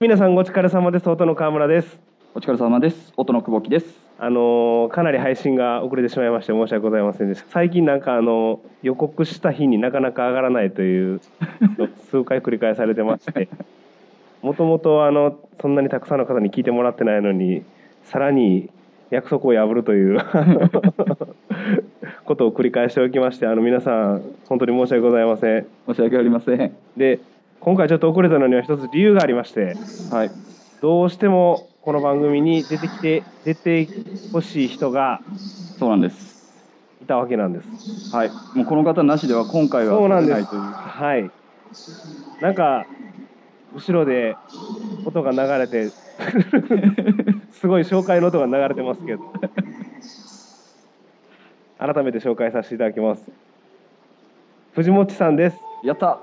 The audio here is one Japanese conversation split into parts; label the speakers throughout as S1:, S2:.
S1: 皆さんお疲れ様です音の川村です
S2: お疲れ様です。音の久保木です。
S1: あのーかなり配信が遅れてしまいまして申し訳ございませんでした最近なんかあの予告した日になかなか上がらないというのを数回繰り返されてましてもともとあのそんなにたくさんの方に聞いてもらってないのにさらに約束を破るという あのことを繰り返しておきましてあの皆さん本当に申し訳ございません
S2: 申し訳ありません。
S1: で今回ちょっと遅れたのには一つ理由がありまして
S2: はい。
S1: どうしてもこの番組に出てきて出てほしい人が
S2: そうなんです。
S1: いたわけなんです。
S2: はい。もうこの方なしでは今回は
S1: そうなんで
S2: 撮れ
S1: す。
S2: ないという
S1: はい。なんか後ろで音が流れ てすごい紹介の音が流れてますけど改めて紹介させていただきます。藤本さんです。
S2: やった。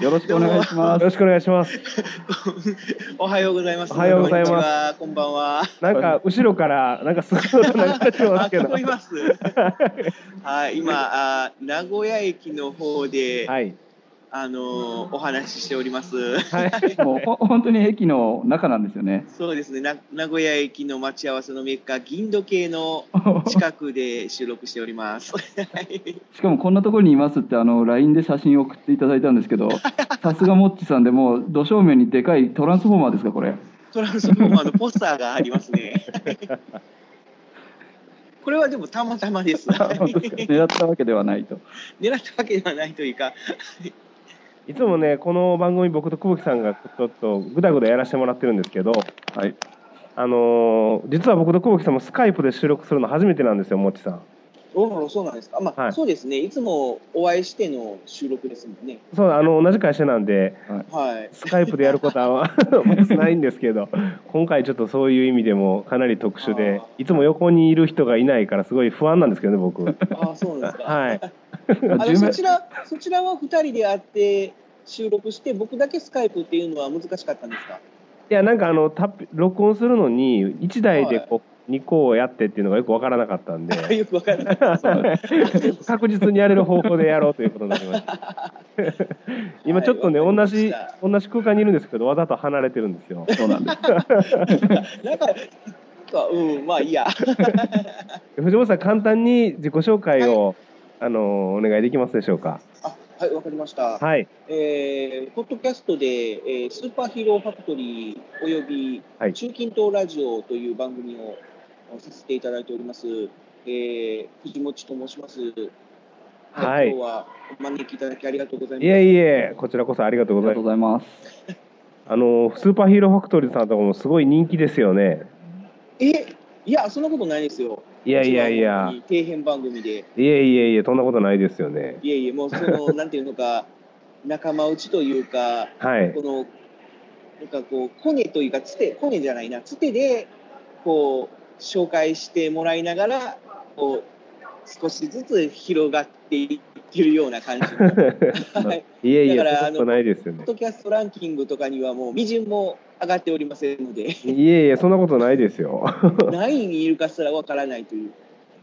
S2: よろしくお願いし
S1: よ
S2: ます。
S1: ろしくお願いします。
S3: おはようございます。
S1: おはようございます
S3: こんにちは。こんばんは。
S1: なんか後ろからなんかすごい音流れてますけど
S3: あ聞こ。えます。はい、今あ、名古屋駅の方で、
S1: はい。
S3: あのーお話ししております。
S1: はい。
S2: もうほ本当に駅の中なんですよね。
S3: そうですね。な名古屋駅の待ち合わせのメッカ銀時計の近くで収録しております。はい
S2: しかもこんなところにいますってあの LINE で写真を送っていただいたんですけど、 さすがモッチさんでもう土正面にでかいトランスフォーマーですかこれ。
S3: トランスフォーマーのポスターがありますね。これはでもたまたまです。
S2: あ本当ですか狙ったわけではないと。
S3: 狙ったわけではないというか、
S1: いつもね、この番組、僕と久保木さんがちょっとぐだぐだやらせてもらってるんですけど、
S2: はい。
S1: あのー実は僕と久保木さんもスカイプで収録するの初めてなんですよ、もっちさん。
S3: おお、そうなんですか。まあ、
S1: はい
S3: そうですね。いつもお会いしての収録ですもんね。
S1: そうあの同じ会社なんで、
S3: はい。
S1: スカイプでやることは まずないんですけど、今回ちょっとそういう意味でもかなり特殊で
S3: あ、
S1: いつも横にいる人がいないから、すごい不安なんですけどね、僕。
S3: ああ、そうなんですか。
S1: はい、
S3: あの
S2: 10
S3: そ
S2: 名
S3: ちら、そちらは二人で会って収録して、僕だけスカイプっていうのは難しかったんですか。
S1: いや、なんかあのタップ録音するのに、1台でこう2個をやってっていうのがよくわからなかったん で、
S3: よくわからない。
S1: 確実にやれる方法でやろうということになりました。今ちょっとね、
S3: はい
S1: 同
S3: わかり
S1: じ
S3: ました
S1: 同じ空間にいるんですけどわざと離れてるんですよ
S2: そうなんです。
S3: なんか、なんか、うん、まあ、いいや。
S1: 藤本さん簡単に自己紹介を、あのお願いできますでしょうか
S3: あ、はい、わかりました。
S1: はい
S3: えーポッドキャストで、えースーパーヒーローファクトリーおよび
S1: はい
S3: 中近東ラジオという番組をさせていただいております、えー藤持と申します。
S1: はい
S3: 今日はお招きいただきありがとうございま
S1: い
S3: す。
S1: えいえこちらこそありがとう
S2: あ
S1: ご
S2: り
S1: ざ
S2: が
S1: い
S2: とう
S1: ます
S2: ございます。
S1: あのスーパーヒーローファクトリーさんとかもすごい人気ですよね
S3: え、いや、そんなことないですよ。
S1: いやいやいや
S3: うちの番組。底辺番組で。
S1: いえいえいえとんなことないですよね
S3: いえいえ、もうその、なんていうのか、 仲間内というか、
S1: はい
S3: この、なんかこう、コネというか、つて、コネじゃないな、つてで、こう、紹介してもらいながら、こう、少しずつ広がっていってるような感じの。 はい。
S1: いえいえそ
S3: だ
S1: ん
S3: から
S1: なことないですよ
S3: ポ
S1: ね
S3: ッドキャストランキングとかにはもう、微塵も上がっておりません ので、
S1: いえいえそんなことないですよ
S3: 何位にいるかすらわからないという。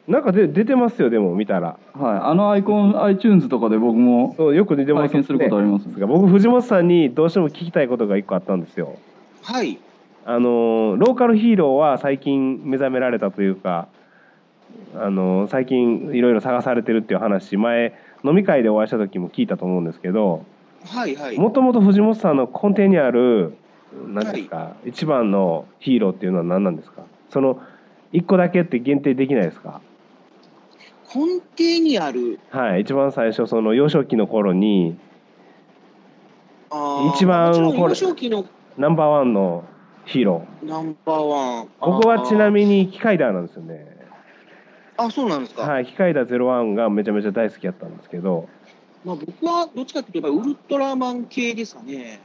S1: なんかで出てますよでも見たら
S2: はい。あのアイコン iTunes とかで僕も
S1: そうよく出てま
S2: 拝
S1: すよ
S2: 見することあります。
S1: ですが僕藤本さんにどうしても聞きたいことが一個あったんですよ
S3: はい。
S1: あのローカルヒーローは最近目覚められたというかあの最近いろいろ探されてるっていう話前飲み会でお会いした時も聞いたと思うんですけど
S3: はいはい。
S1: もともと藤本さんの根底にある何ですか、一番のヒーローっていうのは何なんですかその一個だけって限定できないですか
S3: 根底にある、
S1: はい一番最初その幼少期の頃に
S3: あー
S1: 一番
S3: もちろん
S1: これ
S3: 幼少期の
S1: ナンバーワンのヒーロー
S3: ナンバーワン。
S1: 僕はちな
S3: に。
S1: みにキカイダーなんですよね
S3: あ、そうなんですか。
S1: はい、機械だ01がめちゃめちゃ大好きやったんですけど、
S3: まあ、僕はどっちかというと、ウルトラマン系ですかね。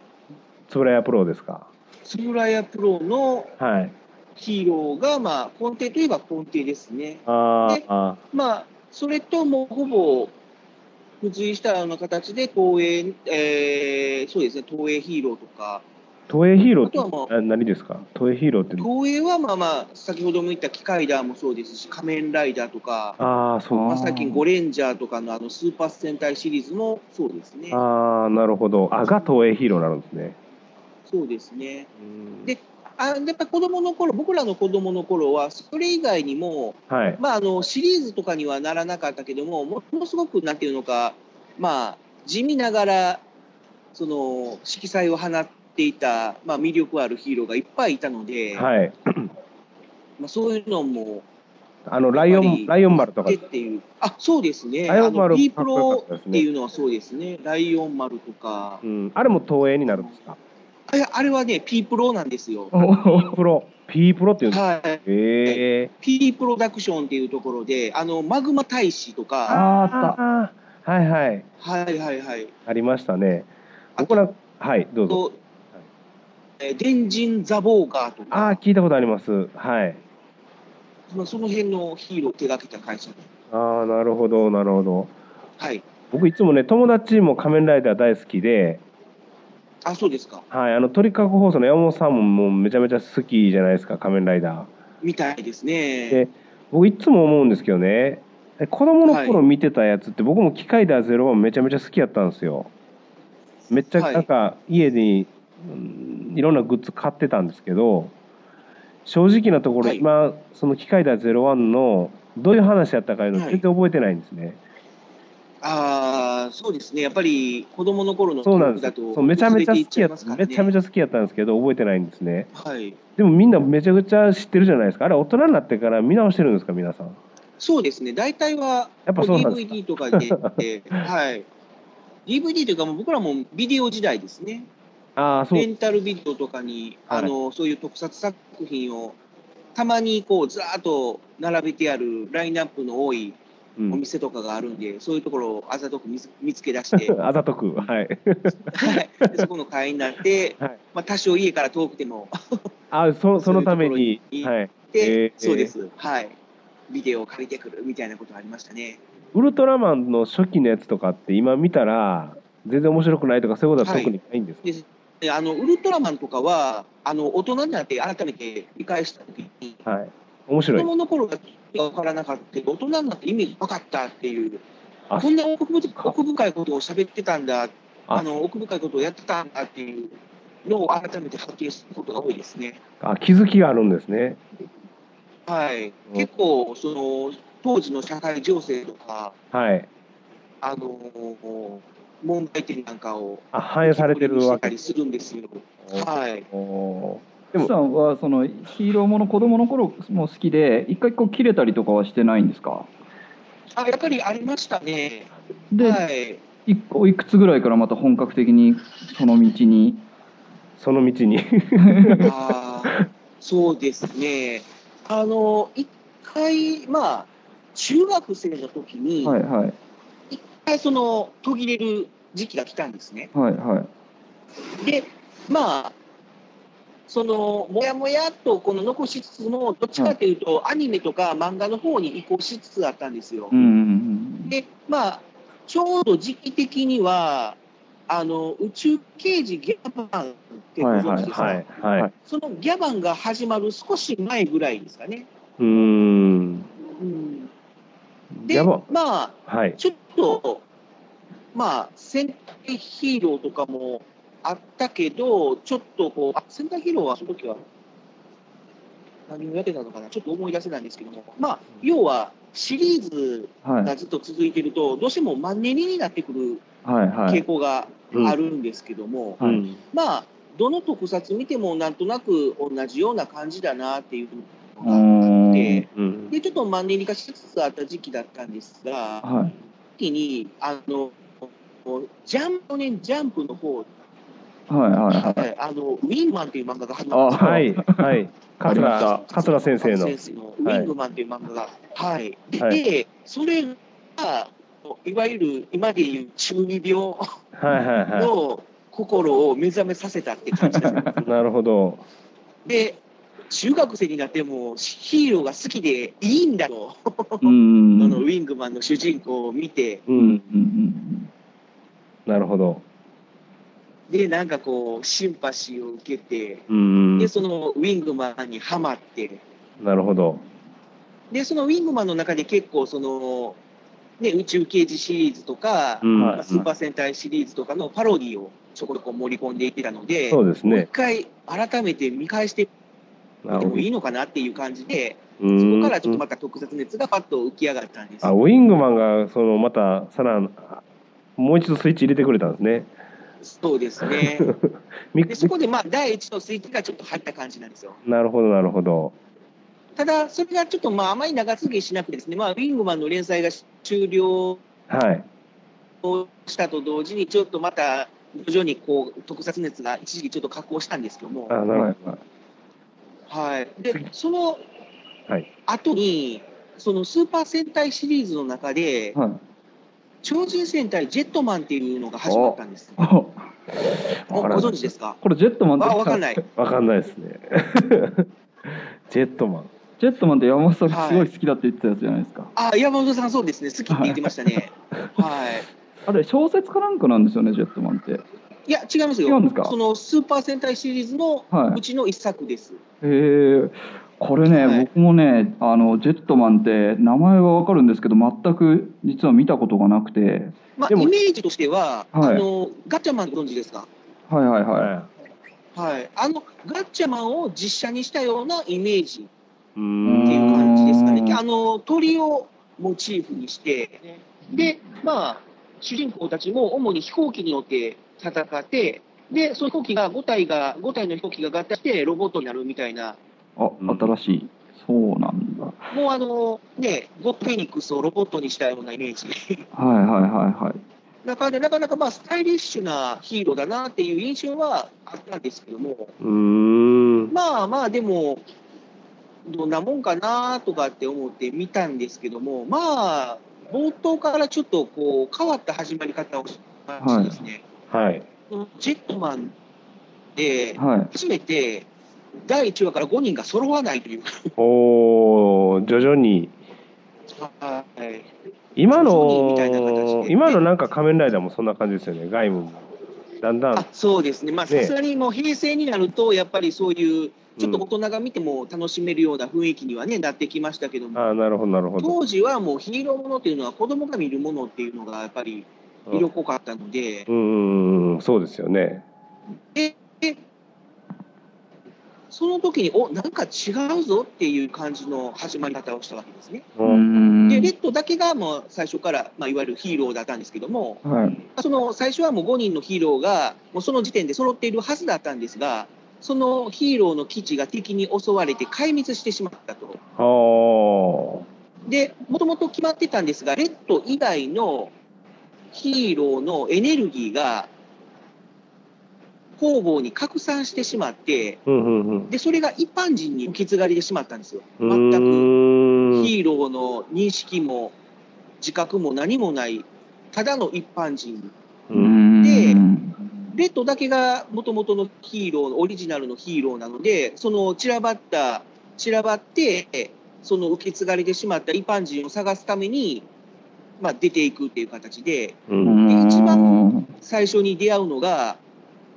S1: つぶらやプロですか。
S3: つぶらやプロの
S1: はい。
S3: ヒーローが、まあ、根底といえば根底ですね。
S1: あー
S3: で
S1: あ
S3: まあ、それともうほぼ付随したような形で、東映、えーそうですね、東映ヒーローとか、
S1: ー、東映ヒーローっ
S3: あとはも
S1: てあ何ですか東映ヒーローって。
S3: 東映はまあまあ、先ほども言った機械ダーもそうですし、仮面ライダーとか、
S1: ああ、そう。
S3: まあ、最近、ゴレンジャーとかのあのスーパー戦隊シリーズもそうですね。
S1: ああ、なるほど。あが東映ヒーローになるんですね。
S3: そうですね。
S1: うん
S3: であでやっぱ子供の頃僕らの子供の頃はそれ以外にも、
S1: はい。
S3: まあ、あのシリーズとかにはならなかったけどもものすごくなんていうのか、まあ、地味ながらその色彩を放っていた、まあ、魅力あるヒーローがいっぱいいたので、
S1: はい。
S3: まあ、そういうのも
S1: あの、ライオ
S3: やっぱ
S1: ン、
S3: り
S1: ライオン丸とか
S3: でっ。ていうあそうですね
S1: ライオン
S3: あ
S1: 丸
S3: の P
S1: か
S3: プ
S1: っこよ
S3: ロ
S1: かったですね
S3: っていうのはそうですねライオン丸とか、
S1: うん。あれも東映になるんですか
S3: あいやあれはね P プロなんですよ。
S1: P プロ。P プロっていうんですか
S3: はい
S1: ええ
S3: P プロダクションっていうところで、あの、マグマ大使と
S2: あ
S3: か、
S2: ああった
S1: ああ、はいはい。
S3: はいはいはい。
S1: ありましたね。
S3: あ
S1: 僕ら、はい、どうぞ。
S3: と、えー、電人ザ・ボーガーと
S1: ああ、
S3: か、
S1: 聞いたことあります。はい。
S3: まあ、その辺のヒーローを手掛けた会社で。
S1: ああ、なるほど、なるほど。
S3: はい。
S1: 僕いつもね、友達も仮面ライダー大好きで、
S3: あ、そうですか。
S1: はい、あの、鳥かご放送の山本さんももうめちゃめちゃ好きじゃないですか、仮面ライダー。
S3: みたいです
S1: で
S3: ね。
S1: 僕いつも思うんですけどねえ子供の頃見てたやつって僕も「機械だゼロワン」めちゃめちゃ好きやったんですよめっちゃ
S3: はい
S1: なんか家に、うんいろんなグッズ買ってたんですけど正直なところ
S3: はい
S1: 今、その「機械だゼロワン」のどういう話やったかいうの
S3: はい
S1: 全然覚えてないんですね、
S3: ああ、そうですね。やっぱり、子供の頃の
S1: そうなんで
S3: 記憶
S1: す
S3: だと
S1: そうめちゃめちゃ好きやっ
S3: 忘れていっゃいますからね
S1: めちゃめちゃ好きやったんですけど覚えてないんですね
S3: はい。
S1: でもみんなめちゃくちゃ知ってるじゃないですかあれ大人になってから見直してるんですか皆さん
S3: そうですね。大体は、
S1: やっぱそうなんです
S3: DVD とかで行って、はい。DVD というか、もう僕らもビデオ時代ですね。
S1: ああそう
S3: レンタルビデオとかに、
S1: はい
S3: あのそういう特撮作品をたまにこうずらーっと並べてあるラインナップの多い
S1: うん
S3: お店とかがあるんで、そういうところをあざとく見つ見つけ 出して、
S1: あざとくはい
S3: はいでそこの会員になって、
S1: はい
S3: まあ、多少家から遠くても
S1: あそそのため
S3: そういう
S1: に
S3: ところに
S1: はい
S3: で、
S1: えー
S3: そうです、はい、ビデオを借りてくるみたいなことがありましたね。
S1: ウルトラマンの初期のやつとかって今見たら全然面白くないとかそういうことは
S3: はい
S1: 特にないんですか、
S3: でであのウルトラマンとかはあの大人になって改めて見返したときに、
S1: はい面
S3: 子
S1: 白い
S3: 供の頃は分からなかったけど、大人になって意味が分かったっていう
S1: あ
S3: こんな奥深い奥深いことを喋ってたんだ、
S1: あ
S3: あの奥深いことをやってたんだっていうのを改めて発見することが多いですね。
S1: あ気づきがあるんですね
S3: はい
S1: うん、
S3: 結構その当時の社会情勢とか、
S1: はい
S3: あの問題点なんかを
S1: あ反映されてるわ
S3: た
S1: け
S3: りするんですよ。はい、
S1: おーで
S2: で
S1: も
S2: さんはそのヒーローもの子供の頃も好きで一回こう切れたりとかはしてないんですか
S3: あやっぱりありましたね。
S2: で、
S3: はい、
S2: い、おいくつぐらいからまた本格的にその道に
S1: その道に
S3: あー そうですね。あの一回まあ中学生の時に。
S2: はいはい
S3: 一回その途切れる時期が来たんですね。
S2: はいはい
S3: で、まあ、そのもやもやっとこの残しつつも、どっちかというと、アニメとか漫画の方に移行しつつあったんですよ。
S2: うんうん
S3: で、まあ、ちょうど時期的には、あの宇宙刑事ギャバンってご存知です か、
S1: はいはい、
S2: はい
S3: そのギャバンが始まる少し前ぐらいですかね。
S1: うーん
S3: うんで、
S1: やば
S3: まあ、
S1: はい
S3: ちょっと、まあ、戦隊ヒーローとかもあったけど、ちょっとこう、あ戦隊ヒーローはその時は何をやってたのかな、ちょっと思い出せないんですけども、まあ、要はシリーズ
S2: はいは
S3: がずっと続いてると、どうしてもマンネリになってくる
S2: いは
S3: 傾
S2: い
S3: 向があるんですけども、
S1: う
S2: はい
S1: ん
S3: まあ、どの特撮見てもなんとなく同じような感じだなっていうの
S2: うー
S3: があ
S2: ん
S3: って、
S1: うん
S3: で、ちょっとマンネリ化しつつあった時期だったんですが、
S2: はい
S3: 時にあのジャンプねジャンプの方、
S2: はいはいはい
S3: はいあのウィングマンという漫画が始ま
S2: あ
S3: っ
S1: はいはい
S2: ありました
S1: 桂桂先生の
S3: 先生のウィングマンという漫画が、はい。で、
S1: は
S3: それがいわゆる今でいう中二病
S1: はいはいは
S3: の心を目覚めさせたって感じで
S1: い
S3: す。
S1: なるほど
S3: で、中学生になってもヒーローが好きでいいんだと、
S2: うんうん
S3: あ
S2: うん
S3: のウィングマンの主人公を見て、
S1: う
S2: うんうん
S1: ん
S2: うん
S1: なるほど
S3: で、なんかこうシンパシーを受けて。
S1: うん
S3: で、そのウィングマンにはまって、
S1: なるほど
S3: で、そのウィングマンの中で結構、その、ね、宇宙刑事シリーズとか、
S1: うん
S3: まあスーパー戦隊シリーズとかのパロディをそこそこ盛り込んでいってたので、
S1: そうです
S3: もう一
S1: ね。
S3: 回改めて見返してみてもいいのかなっていう感じで、そこからちょっとまた特撮熱がパッと浮き上がったんです
S1: あ
S3: よ。
S1: ウィングマンがそのまたさらもう一度スイッチ入れてくれたんですね。
S3: そうですね。
S1: ミ
S3: でそこでまあ第一のスイッチがちょっと入った感じなんですよ。
S1: なるほどなるほど。
S3: ただ、それがちょっとまああまり長続きしなくてですね、まあ、ウィングマンの連載が終了
S1: はい。
S3: したと同時に、ちょっとまた徐々にこう特撮熱が一時期ちょっと下降したんですけども
S1: あ、なるほど。
S3: はい、でその
S1: はい
S3: 後に、そのスーパー戦隊シリーズの中で、
S2: はい。
S3: 超人戦隊ジェットマンっていうのが始まったんです。
S2: あ
S3: ごご
S1: わからん
S3: 存知ですか
S2: これジェットマ
S3: あ、
S2: ンです
S3: わかんない。
S1: わかんないですね。 ジェットマン。
S2: ジェットマンって山本さんすごい好きだって言ってたやつじゃないですか。
S3: あ、山本さんそうですね、好きって言ってましたね。はい。
S2: あれ小説かなんかなんですよねジェットマンって。へ
S3: いや、違いますよ。
S2: 違うんですか
S3: そのスーパー戦隊シリーズの
S2: はいう
S3: ちの一作です。
S2: え。これね、
S3: はい
S2: 僕もねあのジェットマンって名前はわかるんですけど全く実は見たことがなくて。
S3: まあ、
S1: でも
S3: イメージとしては、
S2: はい
S3: あの、ガチャマンご存知ですか
S2: はいはいはい。
S3: はい。あの、ガチャマンを実写にしたようなイメージ
S1: う
S3: ってい
S1: ん。
S3: う感じですか
S2: う
S3: ね。
S2: ん
S3: あの、鳥をモチーフにして、で、まあ、主人公たちも主に飛行機に乗って戦って、で、その飛行機が5体が、5体の飛行機が合体してロボットになるみたいな、
S2: あ
S1: うん
S2: 新しい。そうなんだ。
S3: もうあの、ね、ゴッドフェニックスをロボットにしたようなイメージ。
S2: はいはいはいはい。
S3: なかなかなかまあスタイリッシュなヒーローだなっていう印象はあったんですけども、
S1: うん。
S3: まあまあでも、どんなもんかなとかって思って見たんですけども、まあ、冒頭からちょっとこう変わった始まり方をしたんですね。
S1: はい。
S3: ジェットマンで、
S2: はい。
S3: 初めて第1話から5人が揃わないという。
S1: おお徐々に
S3: はい
S1: 今
S3: ソニーみたいな
S1: の
S3: 形で
S1: 今のなんか仮面ライダーもそんな感じですよね。ガイムもだんだん
S3: あそうですね、まあ
S1: ね
S3: さすがにもう平成になると、やっぱりそういう、ちょっと大人が見ても楽しめるような雰囲気にはね、なってきましたけども、
S1: あーなるほどなるほど。
S3: 当時はもうヒーローものっていうのは、子供が見るものっていうのがやっぱり色濃かったので、
S1: うんうんうんそうですよね。
S3: ででその時に、おなんか違うぞっていう感じの始まり方をしたわけですね。
S1: う
S2: うーん
S3: で、レッドだけがもう最初から、まあ、いわゆるヒーローだったんですけども、
S2: はい。
S3: その最初はもう5人のヒーローが、もうその時点で揃っているはずだったんですが、そのヒーローの基地が敵に襲われて壊滅してしまったと。
S1: あー
S3: で、もともと決まってたんですが、レッド以外のヒーローのエネルギーが、方々に拡散してしまって、
S1: うんうんうん。
S3: で、それが一般人に受け継がれてしまったんですよ。
S1: う
S3: 全く。
S1: ーん
S3: ヒーローの認識も自覚も何もない、ただの一般人。
S2: う
S1: う
S2: ー
S1: ん
S2: ん。
S3: レッドだけが元々のヒーロー、オリジナルのヒーローなので、その散らばった、散らばって、その受け継がれてしまった一般人を探すために、まあ、出ていくっていう形で、
S1: う
S2: うんーん
S3: 一最初に出会うのが、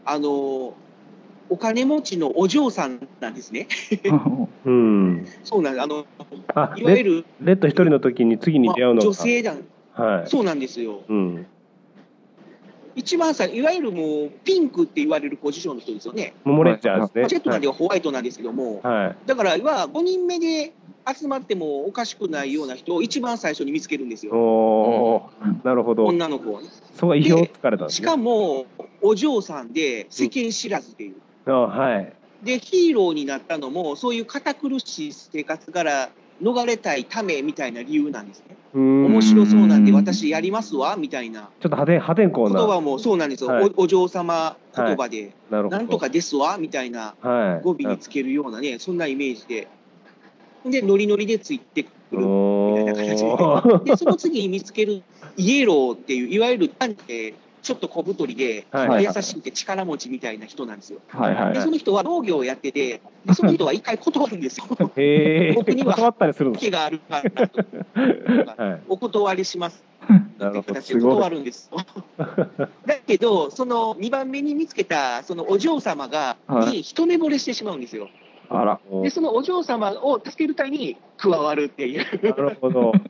S3: あの、お金持ちのお嬢さんなんですね。
S1: うん
S3: そうなんです。あの、
S1: あ
S3: いわゆ
S1: レ
S3: る、
S1: レッド一人の時に次に
S3: まあ
S1: 出会うのが、
S3: 女性だ。
S1: はい
S3: そうなんですよ。
S1: うん、
S3: 一番最初、いわゆるもうピンクって言われるポジションの人ですよね。
S1: モモレンジャー
S3: まあ
S1: です
S3: ジェ
S1: ね
S3: ットマンではホワイトなんですけども、
S1: はい、はい、
S3: だから、は5人目で集まってもおかしくないような人を一番最初に見つけるんです
S1: お
S3: よ、
S1: おーなるほど
S3: 女の子をね。
S1: そこが意表をつかれたんです
S3: し
S1: ね
S3: かも、お嬢さんで世間知らずという。
S1: あはい
S3: で、ヒーローになったのも、そういう堅苦しい生活から逃れたいためみたいな理由なんですね。
S1: うーん
S3: 面白そうなんで私やりますわ、みたいな
S1: ちょっと破天破天荒
S3: 言
S1: な
S3: 葉もそうなんですよ。
S1: はい
S3: おお嬢様言葉で、
S1: なるほど
S3: なんとかですわ、みたいな
S1: はい
S3: 語尾につけるようなね、そんなイメージで。で、ノリノリでついてくるみたいな形
S1: おー
S3: で、でその次に見つけるイエローっていう、いわゆる単にえーちょっと小太りで、
S1: はい
S2: はい
S3: 優しくて力持ちみたいな人なんですよ。
S2: はいはい
S3: で、その人は農業をやってて、でその人は一回断るん ですよ。
S1: へえ
S3: 僕には
S1: 断ったりするんです
S3: 気があるからとか、
S1: はい
S3: お断りします
S1: なる
S3: っ
S1: ほど
S3: て形
S1: す
S3: で
S1: ご
S3: 断
S1: い
S3: るんで すよ。だけど、その2番目に見つけた、そのお嬢様が、
S2: はい
S3: に一目惚れしてしまうんですよ。
S2: あら。
S1: お
S3: で、そのお嬢様を助けるために加わるっていう。
S1: なるほど
S4: おーっ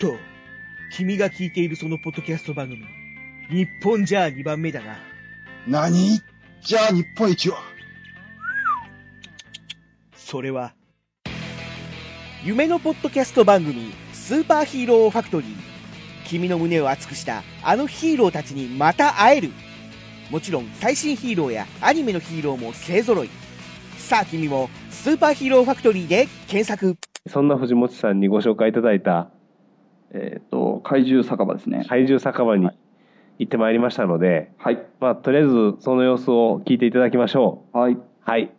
S4: と、君が聞いているそのポッドキャスト番組、日本じゃ2番目だな。
S5: 何じゃあ日本一は
S4: それは。夢のポッドキャスト番組、スーパーヒーローファクトリー。君の胸を熱くしたあのヒーローたちにまた会える。もちろん最新ヒーローやアニメのヒーローも勢ぞろい。さあ君も、スーパーヒーローファクトリーで検索。
S1: そんな藤本さんにご紹介いただいた
S2: えっ、と、怪獣酒場ですね。
S1: 怪獣酒場に行ってまいりましたので、
S2: はい。
S1: まあ、とりあえずその様子を聞いていただきましょ
S2: はい。
S1: うはい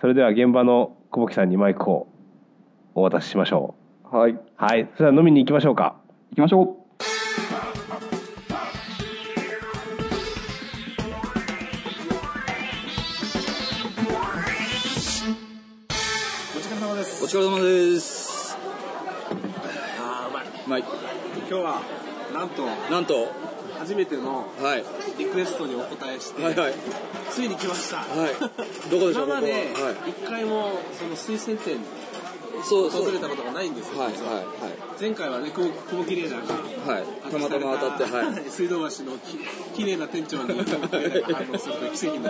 S1: それでは現場の久保木さんにマイクをお渡ししましょ
S2: はい。行
S1: うはいそれでは飲みに行きましょうか
S2: きましょ
S5: お疲れ様です
S6: お疲れ様です。
S5: あーうまい
S6: まい
S5: 今日はなんと
S6: なんと、
S5: 初めての
S6: はい、
S5: リクエストにお答えして、
S6: はいはい
S5: ついに来ました、
S6: はい。どこでしょ
S5: 今
S6: う、ここは。
S5: ま
S6: はい
S5: で。一回もその推薦店に
S6: そう、そう。
S5: 訪
S6: はい
S5: れたことがないんですよ、
S6: はい
S5: 実は前回はね久保久保綺麗な
S6: はいはい。たまたま当たって、はい。
S5: 水道橋のき綺麗な店長に久保綺麗なが反応するという奇跡の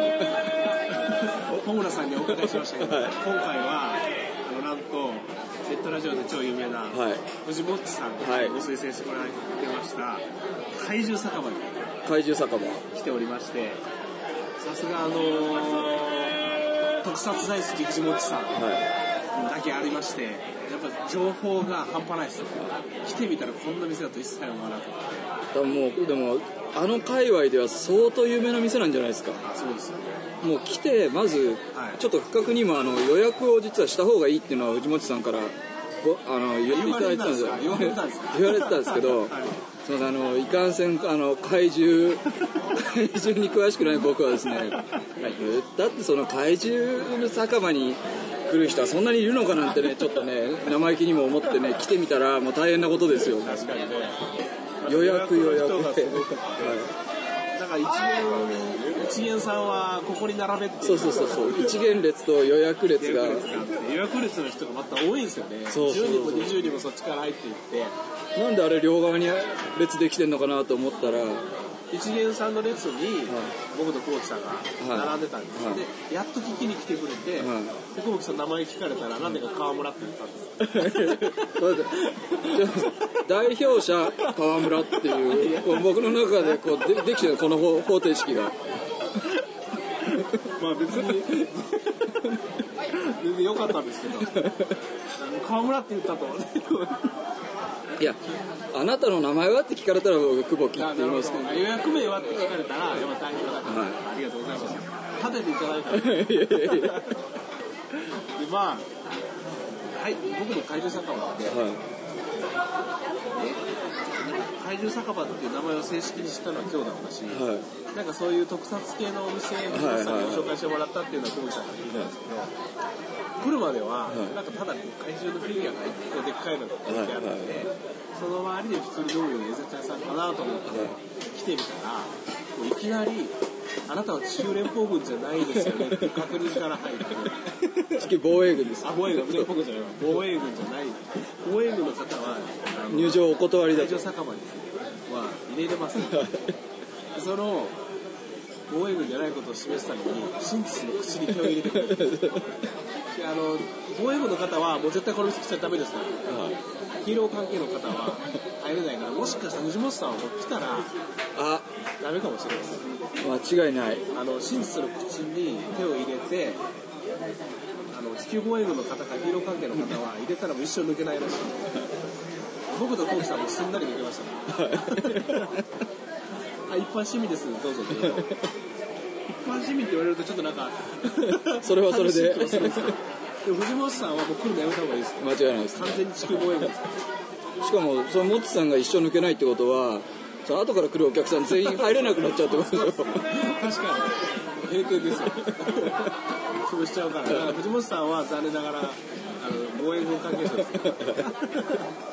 S5: 小村さんにお伺いしましたけど、
S6: はい
S5: 今回はあのなんとネットラジオで超有名な、
S6: はい。
S5: 藤本さんが
S6: はい
S5: ご推薦してこられてました怪獣酒場に
S6: 怪獣酒場。
S5: 来ておりましてさすがあの特撮大好き藤本さん
S6: はい。
S5: だけありましてやっぱ情報が半端ないですね来てみたらこんな店だと一切思わなかった
S6: 多分もう、でも、あの界隈では相当有名な店なんじゃないですか。
S5: あそうですよね
S6: もう来て、まず
S5: はい、
S6: ちょっと不覚にも、あの、予約を実はした方がいいっていうのは、藤本さんから。ごあの言っていただいてたんですよ
S5: 言われたんですか
S6: 言われてたんですけど、
S5: はい
S6: すみませんあのいかんせんあの怪獣怪獣に詳しくない僕はですねだってその怪獣の酒場に来る人はそんなにいるのかなんてねちょっとね生意気にも思ってね来てみたらもう大変なことですよ
S5: 確かにね
S6: 予約予約
S5: 人がすごかった
S6: はい
S5: だから一元一元さんはここに並べって
S6: そうそうそうそう一元列と予約列
S5: 予
S6: が
S5: 約列があって予約列の人がまた多いんですよね
S6: そうそうそう
S5: 10人も20人もそっちから入っていって
S6: なんであれ両側に列できてんのかなと思ったら
S5: 一元さんの列に僕と久保木さんが並んでたんです、
S6: はい
S5: でやっと聞きに来てくれて、
S6: はい
S5: で久保木さん名前聞かれたらなんでか川村って言ったんです
S6: 代表者川村っていうこう僕の中でこうでできてるこの方方程式が
S5: まあ別に 全然良かったんですけど川村って言ったと思って
S6: いやあなたの名前はって聞かれたら僕久保木って言いますけど
S5: 予約名はって聞かれたら山田にかった、
S6: はい
S5: ありがとうございます立てていただいたんで
S6: いやいやいやは
S5: でまあはい僕の怪獣酒場って怪獣酒場っていう名前を正式に知ったのは今日だったし、
S6: いはい
S5: なんかそういう特撮系のお店を皆さんにご紹介してもらったっていうのは小口さんから聞いたんですけど、来るまでは、
S6: い
S5: なんかただこう怪獣のフィギュアが一個でっかいのが置いてあるんで、
S6: はいはい
S5: その周りで普通に飲むような居酒屋さんかなと思って、
S6: は
S5: 来てみたら、こういきなり、あなたは中連邦軍じゃないですよねっていう確認から入って、
S6: 地球防衛軍です
S5: あ、防衛軍、中連邦軍じゃないわ、防衛軍じゃない、 防衛軍の方は、あの
S6: 入場お断りだ
S5: 会
S6: と
S5: 場酒場には入れれませんその防衛軍じゃないことを示すために真実の口に手を入れてくれるであの防衛軍の方はもう絶対この店来ちゃダメですから、ヒーロー関係の方は入れないからもしかしたら藤本さんはもう来たら
S6: あ
S5: ダメかもしれないです
S6: 間違いない
S5: あの真実の口に手を入れてあの地球防衛軍の方かヒーロー関係の方は入れたらもう一生抜けないらしい僕とコウキさんもすんなり抜けました ねあ一般市民ですどうぞどうぞ一般市民って言われるとちょっとなんか
S6: それはそれで
S5: 寂しい気もするんですけどでも藤本さんはもう来るのやめた方がいいです
S6: 間違いないです
S5: 完全に地球防衛軍です
S6: しかもそのモッツさんが一生抜けないってことはその後から来るお客さん全員入れなくなっちゃうってことでしょ
S5: 確かに閉店ですよ潰しちゃうからだから藤本さんは残念ながらあの防衛軍関係者ですから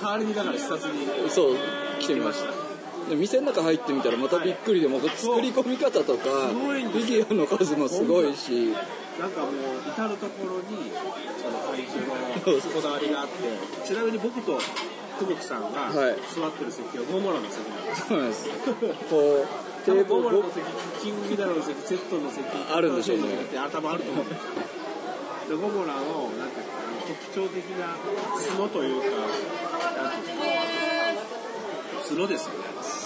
S5: 代わりにだから視察に
S6: そう来て
S5: 来
S6: み
S5: ま
S6: ま
S5: し
S6: したたで店の中入ってみたらまたびっくりでもう作り込み方とかフ
S5: すごいんで
S6: ィ
S5: す
S6: ギュアの数もすごいし
S5: なんかもう至る所にその怪獣のこだわりがあってちなみに僕と久保木さんが
S6: はい
S5: 座ってる席はモモラの席なんです
S6: そうなんですこうテ
S5: 多
S6: ー
S5: 分
S6: ブ
S5: モモラ
S6: ル
S5: の席キングギダラの席ゼットの席
S6: あるんでしょうね
S5: ターシェイの席って頭あると思うんですよでモモラのなんていうかあの特徴的な角というかなんていうんですか角ですよね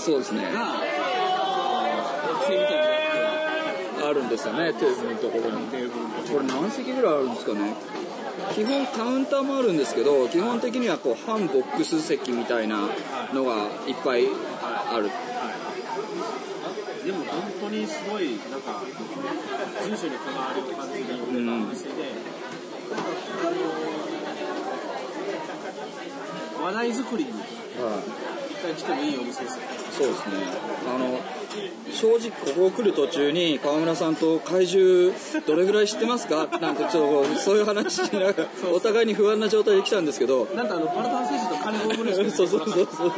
S6: そうですね
S5: が学生みたいになって
S6: あるんですよねテーブルのところに
S5: テーブルの
S6: これ何席ぐらいあるんですかね基本カウンターもあるんですけど基本的にはこう半ボックス席みたいなのがいっぱいある
S5: でも本当にすごいなんか住所にこだわる感じのお店で、話題作りに
S6: はい
S5: 一回来てもいいお店ですよ
S6: そうですねあの正直ここ来る途中に川村さんと怪獣どれぐらい知ってますかなんかちょっとそういう話しながらお互いに不安な状態で来たんですけど
S5: なんかあのバルタン選手と金子ぐらいしか
S6: そうそうそうそう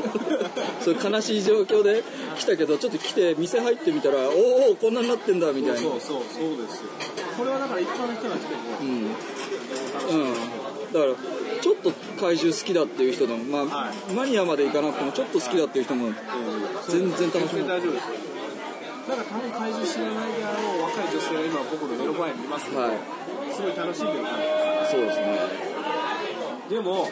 S6: そういう悲しい状況で来たけどちょっと来て店入ってみたらおおこんなになってんだみたいな
S5: そうそうそうですよこれはだから一般の人が来ても
S6: うん、うん、だからちょっと怪獣好きだっていう人でも、まあ
S5: は
S6: マニアまで行かなくてもちょっと好きだっていう人も全然楽しめ
S5: 全
S6: な
S5: 然
S6: い
S5: 大丈夫ですよなんか多分怪獣知らないであろう若い女性が今僕の目の前にいますけど、
S6: はい
S5: すごい楽しんでる感じ
S6: そうですね
S5: でも、やっ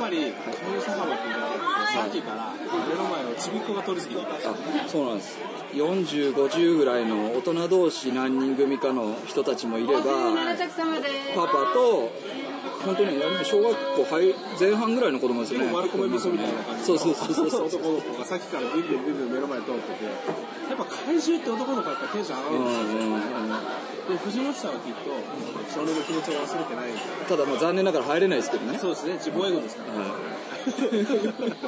S5: ぱり、こういう酒場っていうのは、さっきから目の前をちびっ子が通り過ぎています。
S6: あそうなんです4050ぐらいの大人同士何人組かの人たちもいれば
S7: お客様です。
S6: パパと本当に小学校入前半ぐらいの子供ですよね
S5: 丸米味噌みたいな感じ
S6: そうそうそうそうそう
S5: 男の子がさっきからビュンビュンビュンビュン目の前通ってて、やっぱ怪獣って男の子はやっぱテンション上が
S6: う
S5: る
S6: ん
S5: んですよ。
S6: うんうん
S5: で、藤本さんはきっと、少年の気持ちを忘れてないんで。
S6: ただまあ残念ながら入れないですけどね
S5: そうですね、自分英語ですから。
S6: は
S5: そうです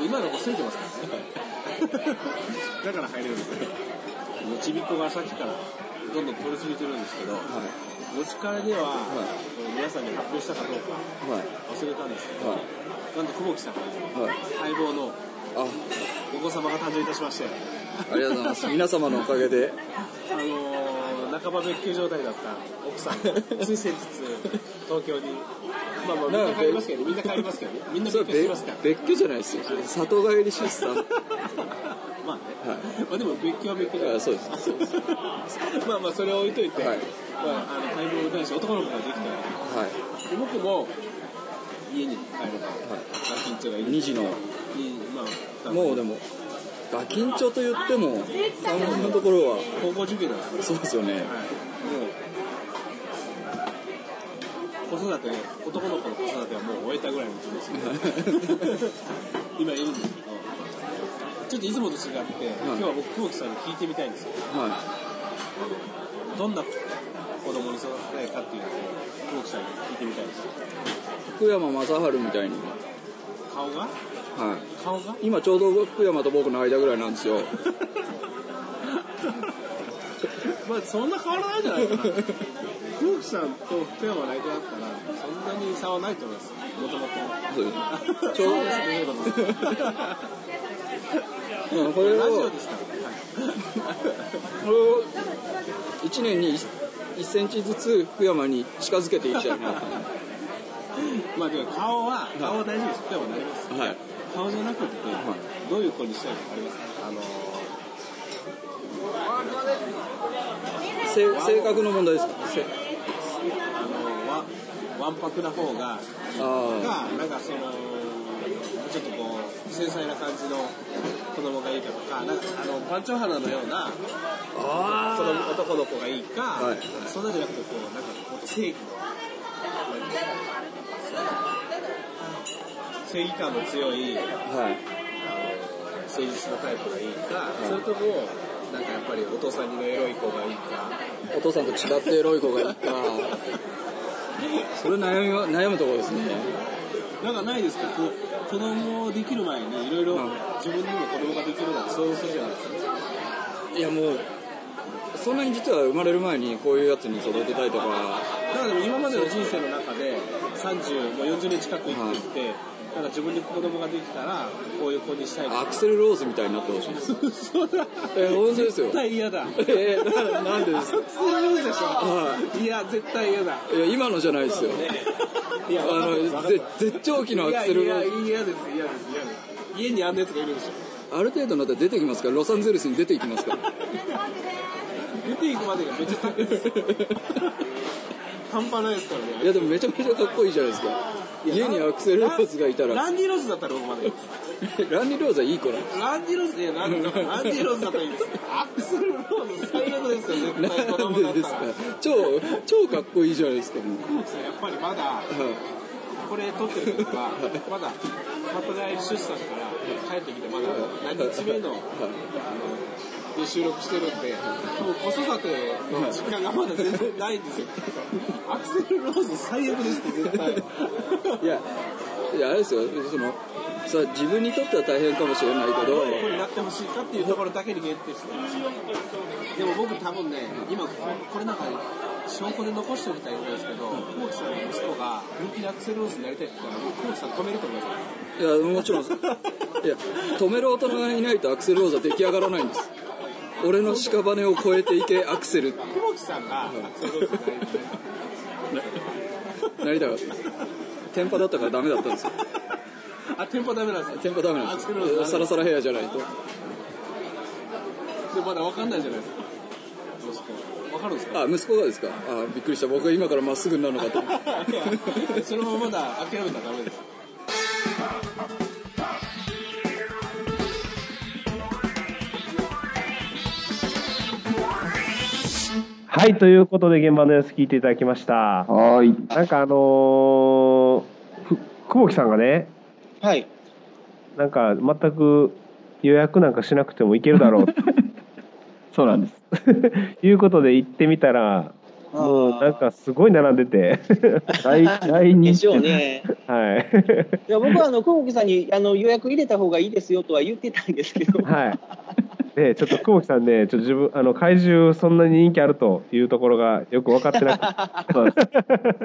S5: 今の子過ぎてますからねだから入れるんですよちびっ子がさっきからどんどん通り過ぎてるんですけど、持ち帰りでは、皆さんに発表したかどうか
S6: いはい
S5: 忘れたんですけど、
S6: は
S5: なんと久保木さんが
S6: いはい
S5: 待望の
S6: あ
S5: お子様が誕生いたしまして
S6: ありがとうございます皆様のおかげで
S5: あのー、半ば別居状態だった奥さんがつい先日東京にまあまあみんな帰りますけどねみんな帰りますけどねみんな
S6: それ
S5: 別居して
S6: 別
S5: ますから
S6: 別居じゃないですよ里帰り出産
S5: まあね、まあでも別居は別居だ
S6: あそうですそうです
S5: まあまあそれは置いといて、
S6: はい
S5: まあ、あの待望男子男の子ができたわ
S6: は
S5: けで僕も家に帰れば、
S6: いは
S5: ガキンチョがい
S6: い
S5: る
S6: 2時の
S5: にまあ
S6: もうでもガキンチョと言っても川村さんのところは
S5: 高校受験なんです
S6: そ
S5: よ
S6: うですよね
S5: はいもう子育て男の子の子育てはもう終えたぐらいの気持ち で今いるんですけどちょっといつもと違って、今日は僕久保木さんに聞いてみたいんですよ
S6: は
S5: どんな子供に育てたいかっていうのを久保木さんに聞いてみたいです
S6: い福山雅治みたいに
S5: 顔が
S6: は
S5: 顔が
S6: い今ちょうど福山と僕の間ぐらいなんですよ
S5: まあそんな変わらないんじゃないかな空気さんと福山ライトだったらそんなに差はないと思いますもとも
S6: そうです
S5: と
S6: ちょうど
S5: ですね
S6: うんこれ
S5: ラジオ
S6: を
S5: ですから
S6: これを1年に1センチずつ福山に近づけていきたいなは
S5: まあでも顔は顔は大丈夫です福山になります
S6: い
S5: 顔じゃなくて
S6: い
S5: どういう子にしたいのかありますかあの
S6: せ性格の問題ですかせ
S5: あのわわんぱくな方が
S6: あ
S5: がなんかそのちょっとこう繊細な感じの子供がいいかとかなんかあのパンチョ花のような
S6: ああ
S5: その男の子がいいか、
S6: はい
S5: そんなじゃなくてこうなんかこう正義のなんていうんですか正義感の強い
S6: はい
S5: 誠実なタイプがいいか、それともなんかやっぱりお父さんにのエロい子がいいか
S6: お父さんと違ってエロい子がい るからそれ悩みは悩むところですね
S5: なんかないですかこう子供できる前にいろいろ
S6: うん
S5: 自分にも子供ができるなんて想像するじゃないですか
S6: いやもうそんなに実は生まれる前にこういうやつに育てたいとか
S5: なんかでも今までの人生の中で30もう40年近く生きてきて、なんか自分に子供ができたらこういう子にしたい
S6: アクセルローズみたいになってほしいです
S5: そうだ
S6: え本当ですよ
S5: 絶対嫌だ
S6: えー、ななんでです か
S5: そういうでし
S6: は
S5: ょいや絶対嫌だ
S6: いや今のじゃないですよ
S5: い
S6: あ
S5: やわかってます
S6: の
S5: わかって
S6: ぜ
S5: ま
S6: 絶頂
S5: す
S6: 期のアクセ
S5: い
S6: ルロ
S5: やい
S6: ーズ
S5: や嫌です嫌です嫌です家にあんなやつがいるでしょ
S6: ある程度になったら出てきますからロサンゼルスに出ていきますから
S5: 出ていくまでがめっちゃ高いです 半端ないですからね
S6: いやでもめちゃめちゃかっこいいじゃないですか家にアクセルローズがいたら
S5: ラ
S6: ラ
S5: ンディローズだったら僕までいいです
S6: ンディローズはいい子なんで
S5: ランディローズいやランディランディローズだったらいいですアクセルローズ最悪ですよ
S6: す
S5: 絶対子
S6: なん
S5: 供だ
S6: でで
S5: っ
S6: す
S5: た
S6: から超超かっこいいじゃないですか
S5: そうですねやっぱりまだ
S6: は
S5: これ撮ってる時はまだ里帰り出産から帰ってきてまだ何日目ので収録してるんで多分子育ての実感がまだ全然ないんです よアクセルローズ最悪ですって絶対
S6: いいやいやあれですよそのさ自分にとっては大変かもしれないけど
S5: どういう子になってほしいかっていうところだけに限定してでも僕多分ね今これなんか証拠で残しておきたいことですけど久保木さんの息子が本気でアクセルローズになりたいって言ったら僕久保木さん止めると思いま
S6: い
S5: す
S6: やもちろんいや止める大人がいないとアクセルローズは出来上がらないんです俺の屍を越えていけアクセル
S5: 久保木さんがアクセルローズになりたい
S6: なりたかったですテンパだったからダメだったんですよ
S5: あテンポダメなんですよ
S6: テンパダメなんで
S5: アク
S6: す
S5: セルローズダメ
S6: よサラサラヘアじゃないと
S5: でまだわかんないじゃないですかどうしてわかるんですか
S6: あ息子がですかあびっくりした僕が今からまっすぐになるのかと思っ
S5: いやそれもまだ諦めたらダメです
S1: はいということで現場の様子聞いていただきました
S2: はーい。
S1: なんかあのーふ久保木さんがね
S3: はい。
S1: なんか全く予約なんかしなくてもいけるだろう
S2: そうなんです。
S1: ということで行ってみたらもうなんかすごい並んでて
S2: 第 第
S3: で
S2: 二
S3: しょうね。
S1: はい
S3: いや僕はあの久保木さんにあの予約入れた方がいいですよとは言ってたんですけど、
S1: はいでちょっと久保木さんねちょっと自分あの怪獣そんなに人気あるというところがよく分かってなくて
S2: そうです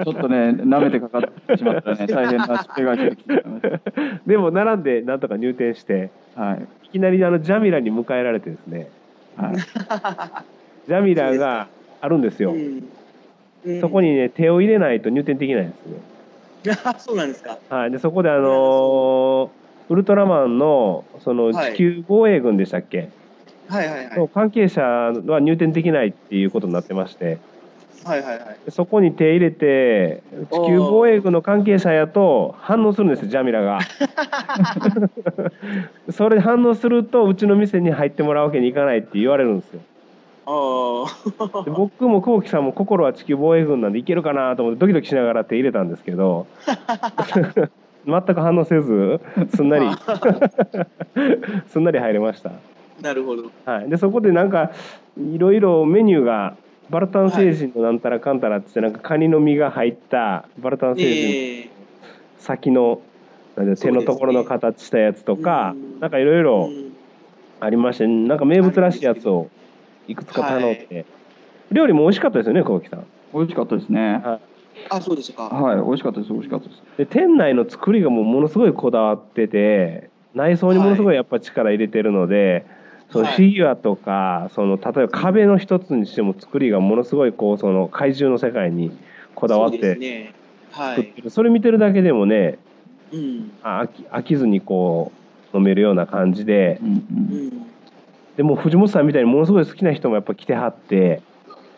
S2: ちょっとね、舐めてかかってしまっ たね、大変な失敗が出てきて
S1: でも並んでなんとか入店して
S2: はい。
S1: いきなりあのジャミラに迎えられてですね
S2: はい。
S1: ジャミラがあるんですよ、
S3: うんうん
S1: そこにね手を入れないと入店できないんですね
S3: あそうなんですか。
S1: はい、でそこで、あのーウルトラマンのその
S3: はい
S1: 地球防衛軍でしたっけ、
S3: はいはいはい
S1: の関係者は入店できないっていうことになってまして、
S3: はいはいはい。
S1: でそこに手入れて、地球防衛軍の関係者やと反応するんですよ、ジャミラ が。 それで反応すると、うちの店に入ってもらうわけにいかないって言われるんですよ。
S3: ああ。
S1: で僕も久保木さんも心は地球防衛軍なんでいけるかなと思ってドキドキしながら手入れたんですけ ど全く反応せずすん なりすんなり入れました、
S3: なるほど。
S1: はい、でそこでなんかいろいろメニューがバルタン星人のなんたらかんたらっつってなんかカニの身が入ったバルタン星人
S3: ええ
S1: 先のなんだよ手のところの形したやつとか、
S3: そうですねうん
S1: なんかいろいろ
S3: うん
S1: ありましてなんか名物らしいやつをいくつか頼んで、料理も美味しかったですよね久保木さん
S2: 美味しかったですね。
S3: あそうでしたか。
S2: はい、美味しかったです、美味しかったです。
S1: で店内の作りがもうものすごいこだわってて内装にものすごいやっぱ力入れてるので、その
S3: はい
S1: フィギュアとかその例えば壁の一つにしても作りがものすごいこうその怪獣の世界にこだわっ
S3: そうで
S1: て
S3: すね。は
S1: 作っ
S3: い。
S1: てるそれ見てるだけでもね
S3: うん
S1: あ飽き飽きずにこう飲めるような感じで
S2: うん
S3: う
S2: うん
S3: ん。
S1: でもう藤本さんみたいにものすごい好きな人もやっぱ来てはって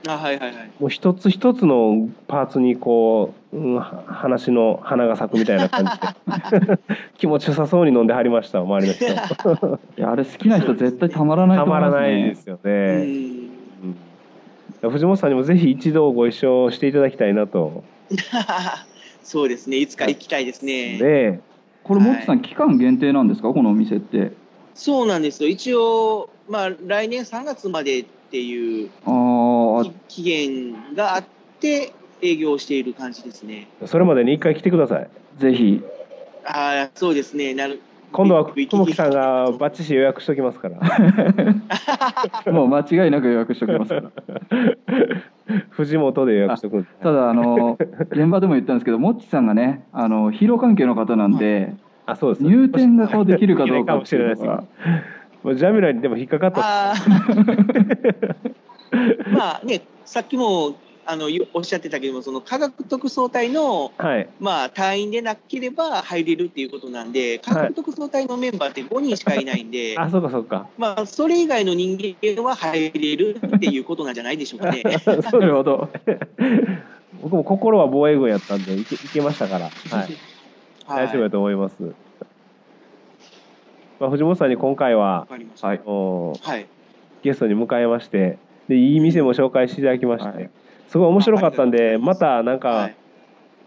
S3: あはいはいはい。
S1: もう一つ一つのパーツにこう、うん、は話の花が咲くみたいな感じで 気持ちよさそうに飲んではりました周りの人。
S2: いや、あれ好きな人絶対たまらない
S1: た
S2: と思
S1: ま
S2: いま
S1: ら
S2: すね。
S1: ないですよ
S3: う
S1: ね、
S3: ん。
S1: うん藤本さんにもぜひ一度ご一緒していただきたいなと、
S3: そうですね。いつか行きたいですね。
S1: ね
S2: これ、もっちさん、期間限定なんですか、このお店って。
S3: そうなんですよ。一応まあ来年3月までっていう
S2: あー
S3: き期限があって営業している感じですね。
S1: それまでに一回来てください
S2: あ、ぜひ。
S3: ああそうですね。なる。
S1: 今度は
S3: びっ
S1: 久保木さんが
S3: びっく
S1: バッチシ予約しとき ますから
S2: もう間違いなく予約しておきますから。
S1: 藤本で予約しとくんで
S2: ただあの現場でも言ったんですけどモッチさんがねあのヒーロー関係の方なんで、
S1: あそうです
S2: 入店がこうできるかどう
S1: か
S2: か
S1: もし れないです
S2: っ
S1: け
S2: てうのが
S1: どもうジャミラにでも引っかかった
S3: あーまあね、さっきもあのよおっしゃってたけども、その科学特捜隊の、
S1: はい
S3: まあ、隊員でなければ入れるっていうことなんで、科学特捜隊のメンバーって5人しかいないんで、
S1: あそうかそうか
S3: まあ、それ以外の人間は入れるっていうことなんじゃないでしょうかね。
S1: そうです
S2: なるほど
S1: 僕も心は防衛軍やったんでいけいけましたから、はい、
S3: はい
S1: 大丈夫だと思います、まあ、藤本さんに今回は
S3: わかりました。
S2: は
S3: はい
S2: い
S1: お
S3: はい、
S1: ゲストに迎えましてでいい店も紹介していただきまして、
S2: はい
S1: すごい面白かったん
S3: ああり
S1: で
S3: がとうご
S1: ま
S3: ざ
S1: たなんか、
S3: はい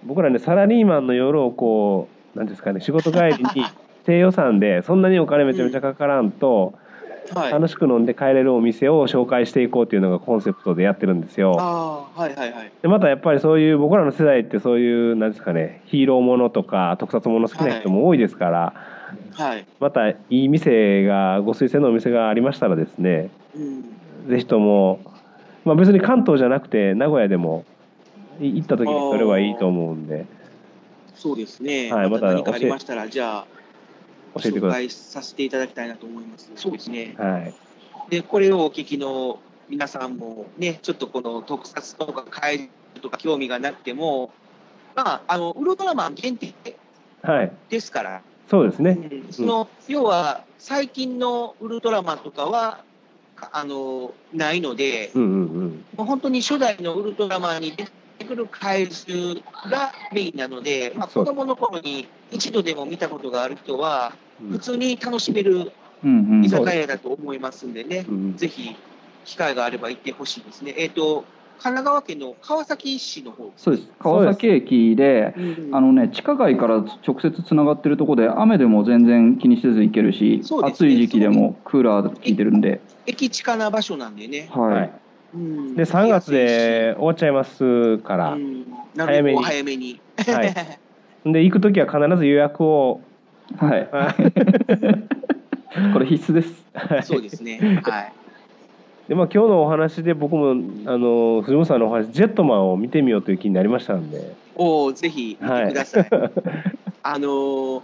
S1: 僕らねサラリーマンの夜をこうなんですかね仕事帰り に低予算でそんなにお金めちゃめちゃかからんと、
S3: はい
S1: 楽しく飲んで帰れるお店を紹介していこうっていうのがコンセプトでやってるんですよ
S3: あーはいはいはい。
S1: でまたやっぱりそういう僕らの世代ってそういうなんですかねヒーローものとか特撮もの好きな人も多いですから、
S3: はい。
S1: またいい店がご推薦のお店がありましたらですね
S3: うん。
S1: ぜひとも、まあ、別に関東じゃなくて名古屋でもい行った時にそれはいいと思うんで
S3: そうですね。
S1: はい
S3: また
S1: また
S3: 何かありましたら、じゃあ、
S1: 教えてく
S3: 紹
S1: ださい、
S3: 介させていただきたいなと思います。そうですね。
S1: はい、
S3: で、これをお聞きの皆さんも、ね、ちょっとこの特撮とか怪獣とか興味がなくても、まあ、あの、ウルトラマン限定
S1: はい、
S3: ですから、
S1: そうですね
S3: うんその、要は、最近のウルトラマンとかは、かあの、ないので、
S1: うんうんうん
S3: もう本当に初代のウルトラマンに出てくる怪獣がメインなので、まあ、
S1: そう
S3: 子供の頃に一度でも見たことがある人は、
S1: うん
S3: 普通に楽しめる
S2: うんうん
S3: 居酒屋だと思いますんでね、
S1: うん
S3: ぜひ機会があれば行ってほしいですね。えっ、と、神奈川県の川崎市の方。
S2: そうです川崎駅であのね地下街から直接つながってるとこで雨でも全然気にせず行けるし、
S3: そうです
S2: 暑
S3: ね
S2: い時期でもクーラー効いてるんで、
S3: 駅近な場所なんでね。
S2: はい
S1: はい
S3: うん
S1: で3月、で終わっちゃいますから、
S3: うん、な
S1: 早
S3: る
S1: め
S3: べ
S1: に
S3: くお早め に。
S1: はい、で行く時は必ず予約を、
S2: はい、これ必須 です
S3: そうで すね。はい。
S1: でまあ、今日のお話で僕もあの藤本さんのお話ジェットマンを見てみようという気になりましたんで、
S3: をぜひ見てください。 あのー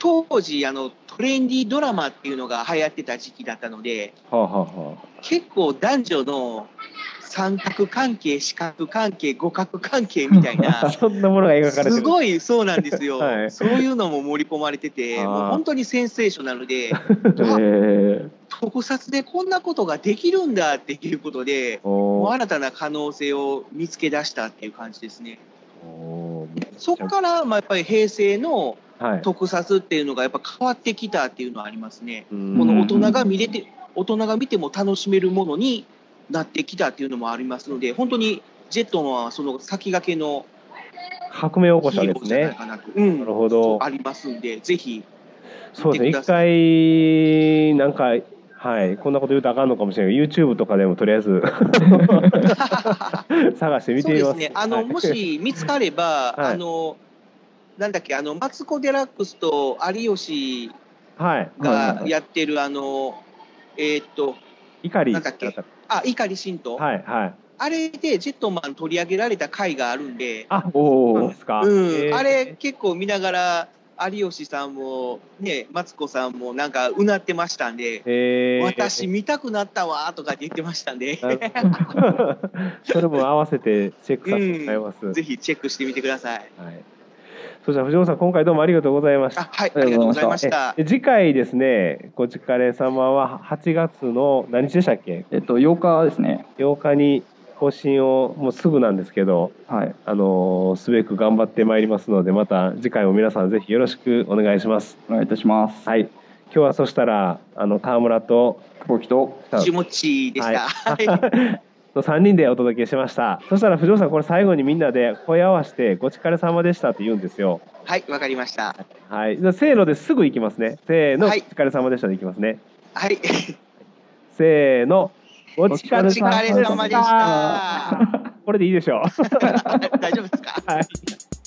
S3: 当時あのトレンディードラマっていうのが流行ってた時期だったので
S1: はあはあは
S3: 結構男女の三角関係四角関係五角関係みたい
S1: あ、
S3: な
S1: そんなものが描かれてる
S3: すごいそうなんです よ、
S1: はい
S3: そういうのも盛り込まれてて
S1: あー
S3: もう本当にセンセーショナルで
S2: えー
S3: 特撮でこんなことができるんだっていうことでもう
S1: おー
S3: 新たな可能性を見つけ出したっていう感じですね
S1: おー
S3: そこから、まあ、やっぱり平成の
S1: はい、
S3: 特撮っていうのがやっぱ変わってきたっていうのはありますね。
S1: うん
S3: この大人が見れて、大人が見ても楽しめるものになってきたっていうのもありますので、本当にジェットマンはその先駆けの
S1: 革命起こし
S3: ヒ
S1: たわけで
S3: ーロー
S1: す
S3: じゃない
S1: ね
S3: かなと、うん
S1: なるほど
S3: ありますんで、ぜひ、
S1: そうですね
S3: 見て
S1: 一
S3: くださ
S1: 回なんかはいこんなこと言うとあかんのかもしれないけど YouTube とかでもとりあえ ず探してみ
S3: そう
S1: てみ
S3: で
S1: ます
S3: すね、あの、
S1: はい
S3: もし見つかれば、
S1: はい
S3: あの、なんだっけ、あの、マツコ・デラックスと有吉
S1: はい
S3: がやってる、あの、えーっと、
S1: 怒り
S3: なんだっけ
S1: は
S3: あ、碇信徒、
S1: いはい
S3: あれでジェットマン取り上げられた回があるんで、
S1: あ
S2: お
S1: そう
S2: ー
S1: ですか、
S3: うん
S1: えー
S3: あれ結構見ながら有吉さんもねマツコさんもなんかうなってましたんで、
S1: えー
S3: 私見たくなったわとかって言ってましたんで、
S1: なるほどそれも合わせてチェックさせてもらいます、
S3: ぜひチェックしてみてください
S1: はいそしたら藤本さん今回どうもありがとうございました
S3: あはいありがとうございまし
S1: え
S3: た
S1: え次回ですね、ごちかれ様は8月の何日でしたっけ、
S2: えっと8日ですね
S1: 8日に更新をもうすぐなんですけど、
S2: はい
S1: あのーすべく頑張ってまいりますので、また次回も皆さんぜひよろしくお願いします。
S2: お願いいたします、い、
S1: はい、今日はそしたらあの川村と
S2: 久保木と
S1: さん
S3: ちもっちでした、はい、
S1: の3人でお届けしました。そしたら藤本さんこれ最後にみんなで声合わせてごちかれ様でしたって言うんですよ。
S3: はい、わかりました
S1: はい、じゃあせーのですぐ行きますね。せーの、
S3: はい
S1: ごちかれ様でしたで行きますね。
S3: はい
S1: せーの、ご
S2: ち
S1: ち
S2: か
S1: か
S3: お
S1: れ
S2: れ
S1: 様
S3: 疲れ様でした
S1: これでいいでしょう。
S3: 大丈夫ですか
S1: はい